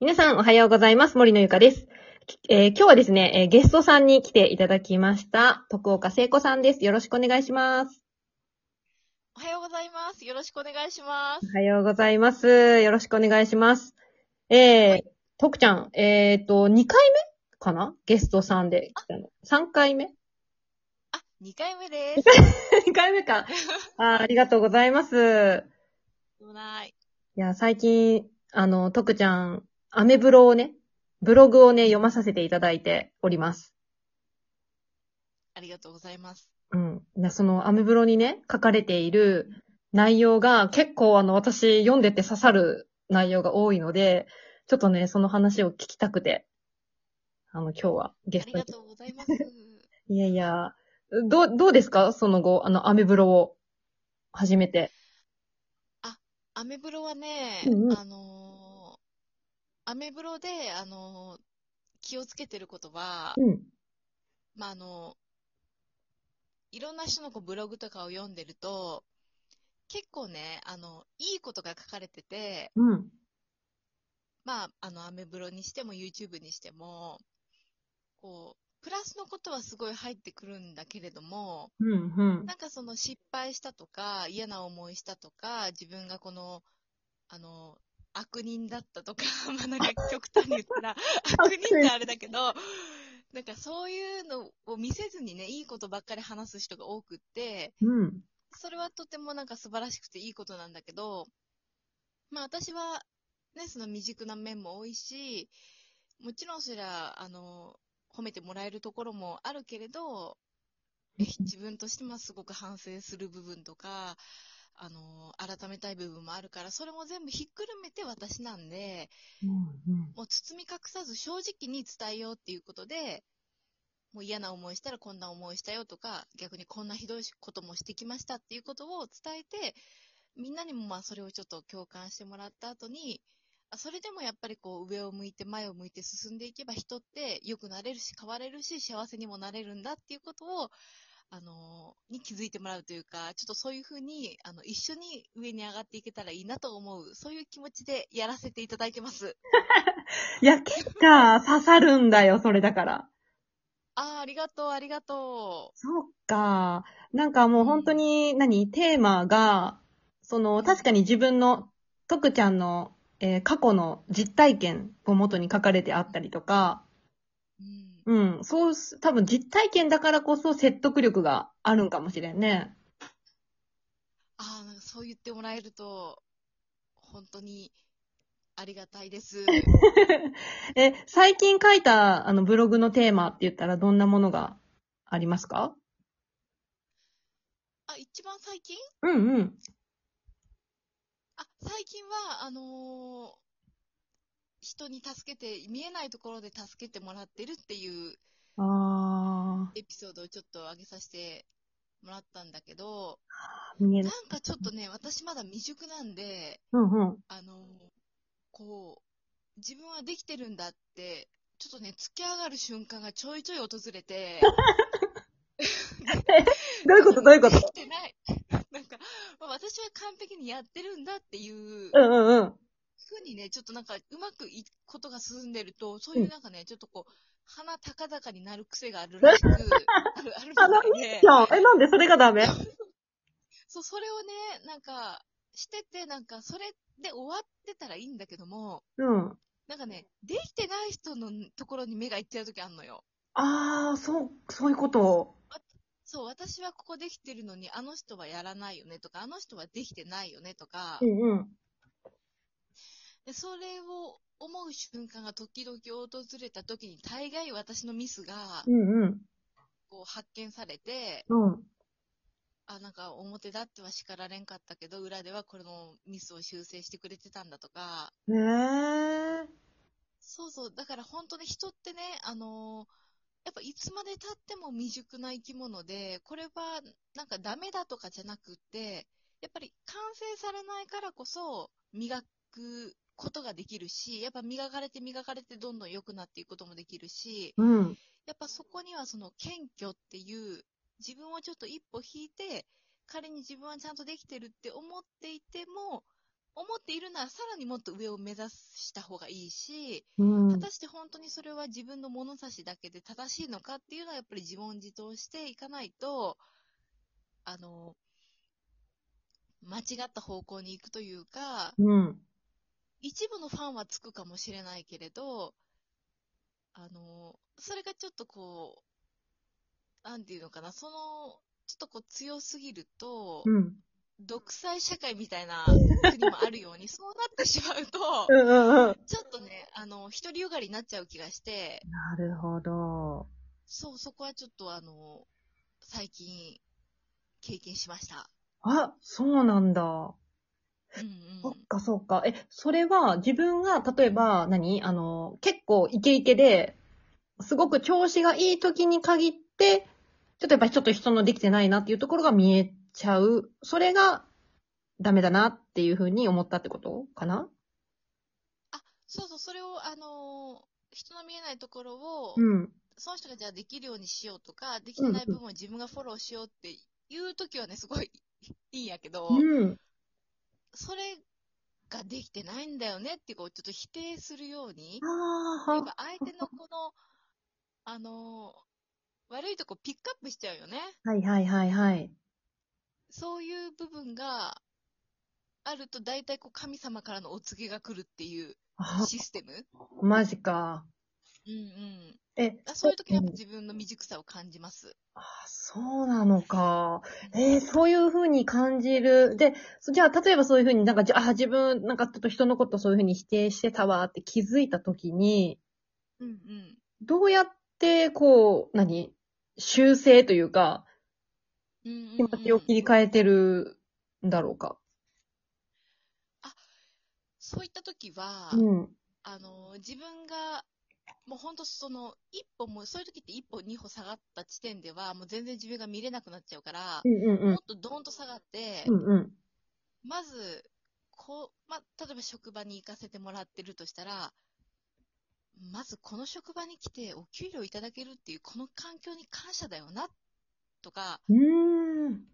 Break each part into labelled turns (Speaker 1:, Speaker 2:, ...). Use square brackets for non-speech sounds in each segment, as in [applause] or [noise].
Speaker 1: 皆さんおはようございます。森のゆかです。きえー今日はですね、えーゲストさんに来ていただきました、徳岡聖子さんです。よろしくお願いします。
Speaker 2: おはようございます。よろしくお願いします。
Speaker 1: おはようございます。よろしくお願いします。えー、徳ちゃん、えっ、と、2回目かなゲストさんで来たの。3回 [laughs] 目
Speaker 2: あ、2回
Speaker 1: [laughs]
Speaker 2: 目です。
Speaker 1: ?2 回目 [laughs] か。あーありがとうございます。
Speaker 2: でもない。
Speaker 1: いや、最近、あの、徳ちゃん、アメブロをね、ブログをね、読まさせていただいております。
Speaker 2: ありがとうございます。
Speaker 1: うん。なそのアメブロにね、書かれている内容が結構あの私読んでて刺さる内容が多いので、ちょっとね、その話を聞きたくて、あの今日はゲ
Speaker 2: あ
Speaker 1: ス
Speaker 2: り
Speaker 1: ト
Speaker 2: が
Speaker 1: に。
Speaker 2: とうございます。
Speaker 1: いやいや、どう、どうですかその後、あのアメブロを始めて。
Speaker 2: アメブロはね、
Speaker 1: うんうん
Speaker 2: あのーアメブロで、あのー気をつけてることは、
Speaker 1: うん。
Speaker 2: まあ、あのいろんな人のこうブログとかを読んでると、結構ね、あの、いいことが書かれてて、
Speaker 1: うん。
Speaker 2: まあ、あの、アメブロにしても YouTube にしても、こう、プラスのことはすごい入ってくるんだけれども、
Speaker 1: うん、うん。
Speaker 2: なんかその失敗したとか、嫌な思いしたとか、自分がこの、あの、悪人だったとか、 [laughs] まあなんか極端に言ったら、悪人ってあれだけど、なんかそういうのを見せずにね、いいことばっかり話す人が多くって、
Speaker 1: うん。
Speaker 2: それはとてもなんか素晴らしくていいことなんだけど、まあ私は、ね、その未熟な面も多いし、もちろんそりゃ、あの、褒めてもらえるところもあるけれど、え自分としてもすごく反省する部分とか、あの、改めたい部分もあるから、それも全部ひっくるめて私なんで、
Speaker 1: うん
Speaker 2: もう包み隠さず正直に伝えようっていうことで、もう嫌な思いしたらこんな思いしたよとか、逆にこんなひどいこともしてきましたっていうことを伝えて、みんなにもまあそれをちょっと共感してもらった後に、あそれでもやっぱりこう上を向いて前を向いて進んでいけば人って良くなれるし変われるし幸せにもなれるんだっていうことを、あのーに気づいてもらうというか、ちょっとそういうふうに、あの、一緒に上に上がっていけたらいいなと思う、そういう気持ちでやらせていただいてます。
Speaker 1: いや、結果刺さるんだよ、それだから。
Speaker 2: ああ、ありがとう、ありがと
Speaker 1: そうか。なんかもう本当に、何テーマが、その、確かに自分の、徳ちゃんの、えー過去の実体験を元に書かれてあったりとか、
Speaker 2: う。うん。
Speaker 1: うん、そうす、多分実体験だからこそ説得力があるんかもしれんね。
Speaker 2: ああ、なんかそう言ってもらえると、本当にありがたいです。
Speaker 1: え、最近書いた、あの、ブログのテーマって言ったらどんなものがありますか
Speaker 2: あ、一番最近
Speaker 1: うんうん。
Speaker 2: あ、最近は、あのー人に助けて、見えないところで助けてもらってるっていう
Speaker 1: あ
Speaker 2: エピソードをちょっと上げさせてもらったんだけど、
Speaker 1: ー、見え
Speaker 2: な
Speaker 1: ない。
Speaker 2: んかちょっとね、私まだ未熟なんで、
Speaker 1: うんうん。
Speaker 2: あの、こう、自分はできてるんだって、ちょっとね、突き上がる瞬間がちょいちょい訪れて、
Speaker 1: どういうことどういうこと
Speaker 2: できてない。 [laughs] なんか、まあ私は完璧にやってるんだってい
Speaker 1: う
Speaker 2: う
Speaker 1: んうんうん。
Speaker 2: ふうにね、ちょっとなんか、うまくいくことが進んでると、そういうなんかね、ちょっとこう、鼻高々になる癖がある
Speaker 1: [laughs]
Speaker 2: らしく、ある、あるみたいで
Speaker 1: じ、ゃあ、え、なんでそれがダメ
Speaker 2: そう、それをね、なんか、してて、なんか、それで終わってたらいいんだけども、
Speaker 1: うん。
Speaker 2: なんかね、できてない人のところに目がいっちゃうときあんのよ。
Speaker 1: ああ、そう、そういうこと。
Speaker 2: そう、私はここできてるのに、あの人はやらないよねとか、あの人はできてないよねとか、
Speaker 1: んうん。
Speaker 2: でそれを思う瞬間が時々訪れた時に、大概私のミスが
Speaker 1: うんうん。
Speaker 2: こう発見されて、
Speaker 1: うん。
Speaker 2: あ、なんか表だっては叱られんかったけど、裏ではこのミスを修正してくれてたんだとか、
Speaker 1: ねえ。
Speaker 2: そうそう、だから本当に人ってね、あのーやっぱいつまで経っても未熟な生き物で、これはなんかダメだとかじゃなくって、やっぱり完成されないからこそ磨くことができるし、やっぱ磨かれて磨かれてどんどん良くなっていくこともできるし、
Speaker 1: うん。
Speaker 2: やっぱそこにはその謙虚っていう、自分をちょっと一歩引いて、仮に自分はちゃんとできてるって思っていても、思っているなら、さらにもっと上を目指した方がいいし、
Speaker 1: うん。う
Speaker 2: 果
Speaker 1: ん
Speaker 2: たして本当にそれは自分の物差しだけで正しいのかっていうのはやっぱり自問自答していかないと、あの、間違った方向に行くというか、
Speaker 1: うん。
Speaker 2: 一部のファンはつくかもしれないけれど、あの、それがちょっとこう、なんていうのかな、その、ちょっとこう強すぎると、
Speaker 1: うん。
Speaker 2: 独裁社会みたいな国もあるように、そうなってしまうと、
Speaker 1: うんうんうん。
Speaker 2: ちょっとね、あの、独りよがりになっちゃう気がして、
Speaker 1: なるほど。
Speaker 2: そう、そこはちょっとあの、最近、経験しました。
Speaker 1: あ、そうなんだ。
Speaker 2: うんう
Speaker 1: そっ
Speaker 2: ん。
Speaker 1: かそっか。え、それは自分が、例えば、何あの、結構イケイケで、すごく調子がいい時に限って、ちょっとやっぱりちょっと人のできてないなっていうところが見えちゃう。それがダメだなっていうふうに思ったってことかな
Speaker 2: そうそう、それを、あの、人の見えないところを、
Speaker 1: うん。
Speaker 2: その人がじゃあできるようにしようとか、できてない部分を自分がフォローしようっていう時はね、すごいいいん [laughs] やけど、
Speaker 1: うん。
Speaker 2: それができてないんだよねってこう、ちょっと否定するように、
Speaker 1: ああ、
Speaker 2: やっ
Speaker 1: は
Speaker 2: ぱ相手のこの、あの、悪いとこピックアップしちゃうよね。
Speaker 1: はいはいはいはい。
Speaker 2: そういう部分があると、大体こう神様からのお告げが来るっていう
Speaker 1: あ、
Speaker 2: システム。
Speaker 1: マジか。
Speaker 2: うんうん。
Speaker 1: え、
Speaker 2: あそういう時にやっ
Speaker 1: う
Speaker 2: ぱ
Speaker 1: ん
Speaker 2: 自分の未熟さを感じます。
Speaker 1: あそうなのか。えーそういうふうに感じる。で、そじゃあ、例えばそういうふうになんか、じゃあ、自分、なんかちょっと人のことそういうふうに否定してたわって気づいたときに、
Speaker 2: うんうん。
Speaker 1: どうやって、こう、何修正というか、
Speaker 2: うんうんうん
Speaker 1: 気持ちを切り替えてるんだろうか。
Speaker 2: そういった時は、
Speaker 1: うん。
Speaker 2: あの、自分が、もう本当その、一歩も、そういう時って一歩二歩下がった地点では、もう全然自分が見れなくなっちゃうから
Speaker 1: う、んうんう
Speaker 2: も
Speaker 1: ん
Speaker 2: っ。とドーンと下がって、
Speaker 1: うんうん。
Speaker 2: まず、こう、ま、例えば職場に行かせてもらってるとしたら、まずこの職場に来てお給料いただけるっていう、この環境に感謝だよな、とか、
Speaker 1: うーん。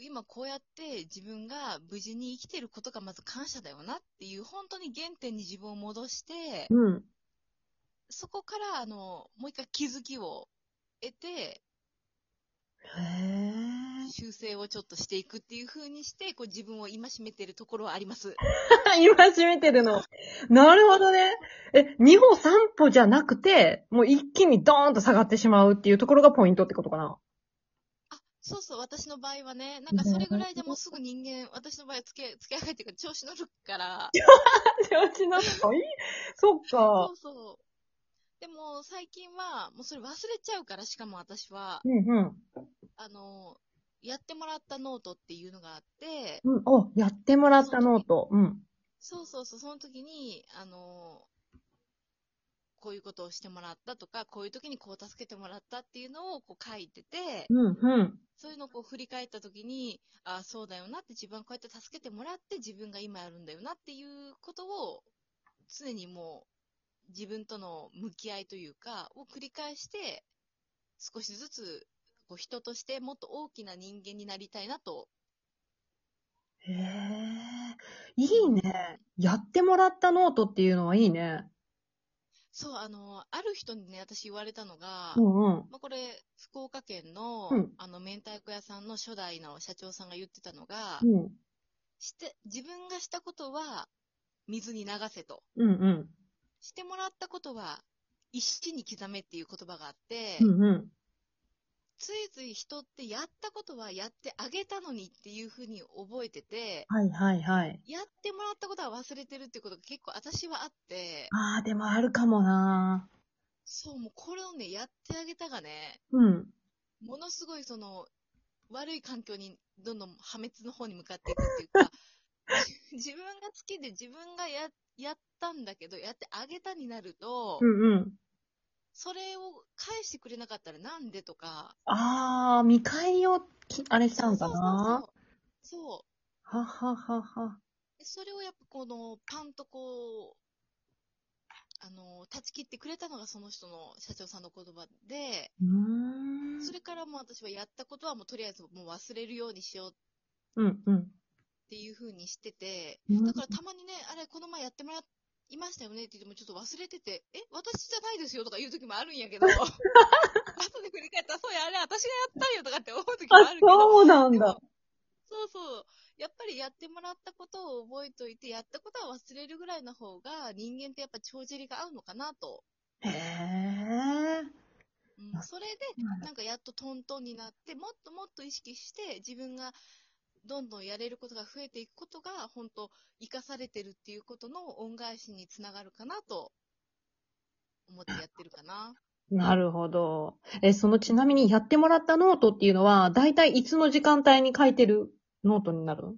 Speaker 2: 今こうやって自分が無事に生きてることがまず感謝だよなっていう、本当に原点に自分を戻して、
Speaker 1: うん。
Speaker 2: そこから、あの、もう一回気づきを得て、
Speaker 1: へ
Speaker 2: 修正をちょっとしていくっていう風にして、こう自分を戒めてるところはあります。
Speaker 1: [laughs] え。今閉めてるの。なるほどね。え、2歩3歩じゃなくて、もう一気にドーンと下がってしまうっていうところがポイントってことかな。
Speaker 2: あ、そうそう、私の場合はね、なんかそれぐらいじゃもうすぐ人間、私の場合はつけ、つけ上げっていうか調子乗るから、
Speaker 1: 調子乗ったのいいそっか
Speaker 2: そ。うそう。でも最近は、もうそれ忘れちゃうから、しかも私は、
Speaker 1: うんうん。
Speaker 2: あの、やってもらったノートっていうのがあって、
Speaker 1: うん、お、やってもらったノート。うん。
Speaker 2: そうそうそう、その時に、あの、こういうことをしてもらったとか、こういう時にこう助けてもらったっていうのをこう書いてて、
Speaker 1: うんうん。
Speaker 2: そういうのをこう振り返った時に、ああ、そうだよなって自分はこうやって助けてもらって自分が今やるんだよなっていうことを常にもう自分との向き合いというかを繰り返して少しずつこう人としてもっと大きな人間になりたいなと。
Speaker 1: へえ。いいね。やってもらったノートっていうのはいいね。
Speaker 2: そう、あの、ある人にね、私言われたのが、
Speaker 1: うんうん。
Speaker 2: まあ、これ、福岡県の、
Speaker 1: うん
Speaker 2: あの、明太子屋さんの初代の社長さんが言ってたのが、
Speaker 1: うん。
Speaker 2: して、自分がしたことは水に流せと。
Speaker 1: うんうん。
Speaker 2: してもらったことは石に刻めっていう言葉があって、
Speaker 1: うんうん。
Speaker 2: ついつい人ってやったことはやってあげたのにっていうふうに覚えてて、
Speaker 1: はいはいはい。
Speaker 2: やってもらったことは忘れてるってことが結構私はあって、
Speaker 1: ああ、でもあるかもな。
Speaker 2: そう、もうこれをね、やってあげたがね、
Speaker 1: うん。
Speaker 2: ものすごいその、悪い環境にどんどん破滅の方に向かっていくっ
Speaker 1: [laughs]
Speaker 2: ていうか、自分が好きで自分がや、やったんだけど、やってあげたになると、
Speaker 1: うんうん。
Speaker 2: それを返してくれなかったらなんでとか、
Speaker 1: ああ、見返りをき、あれしたんかな。
Speaker 2: そうそうそうそう
Speaker 1: はははは。
Speaker 2: でそれをやっぱこの、パンとこう、あの、断ち切ってくれたのがその人の社長さんの言葉で、
Speaker 1: うーん。
Speaker 2: それからもう私はやったことはもうとりあえずもう忘れるようにしようっ
Speaker 1: うんうん。
Speaker 2: っていう風にしてて、
Speaker 1: うん
Speaker 2: だからたまにね、あれ、この前やってもらいましたよねって言ってもちょっと忘れてて、え、私じゃないですよとか言う時もあるん
Speaker 1: [laughs]
Speaker 2: やけど、後で振り返ったら、そうや、あれ、私がやったんよとかって思う時もあ
Speaker 1: あ
Speaker 2: るけ、ど、
Speaker 1: そうなんだ。
Speaker 2: そうそう。やっぱりやってもらったことを覚えといて、やったことは忘れるぐらいの方が、人間ってやっぱ帳尻が合うのかなと。
Speaker 1: へえ。
Speaker 2: うん
Speaker 1: あ
Speaker 2: それで、なんかやっとトントンになって、もっともっと意識して、自分がどんどんやれることが増えていくことが、本当生かされてるっていうことの恩返しにつながるかなと、思ってやってるかな。
Speaker 1: なるほど。え、そのちなみにやってもらったノートっていうのは、だいたいいつの時間帯に書いてるノートになるの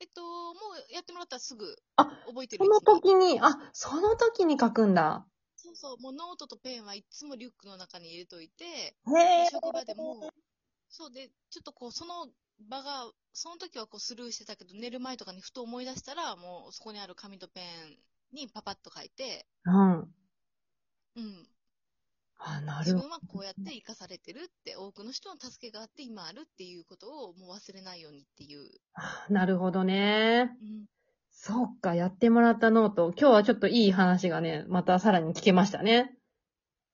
Speaker 2: えっと、もうやってもらったらすぐ、
Speaker 1: あ
Speaker 2: 覚えてる
Speaker 1: その時に、あ、その時に書くんだ。
Speaker 2: そうそう、もうノートとペンはいつもリュックの中に入れといて、
Speaker 1: へえ。
Speaker 2: 職場でも、そうで、ちょっとこう、その場が、その時はこうスルーしてたけど、寝る前とかにふと思い出したら、もうそこにある紙とペンにパパッと書いて、
Speaker 1: うん。
Speaker 2: うん、
Speaker 1: あ、な
Speaker 2: 自
Speaker 1: るほど
Speaker 2: 分。はこうやって生かされてるって、多くの人の助けがあって今あるっていうことをもう忘れないようにっていう。
Speaker 1: なるほどね。
Speaker 2: うん、
Speaker 1: そっか、やってもらったノート。今日はちょっといい話がね、またさらに聞けましたね。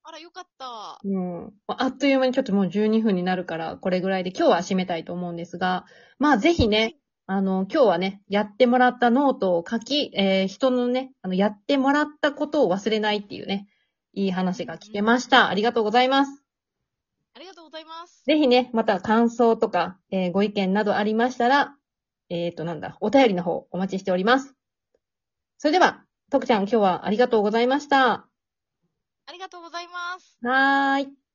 Speaker 2: あら、よかった。
Speaker 1: うん。あっという間にちょっともう12分になるから、これぐらいで今日は締めたいと思うんですが、まあぜひね、あの、今日はね、やってもらったノートを書き、えー人のね、あの、やってもらったことを忘れないっていうね、いい話が聞けました。ありがとうございます。
Speaker 2: ありがとうございます。
Speaker 1: ぜひね、また感想とか、えーご意見などありましたら、えっ、と、なんだ、お便りの方お待ちしております。それでは、徳ちゃん今日はありがとうございました。
Speaker 2: ありがとうございます。
Speaker 1: はーい。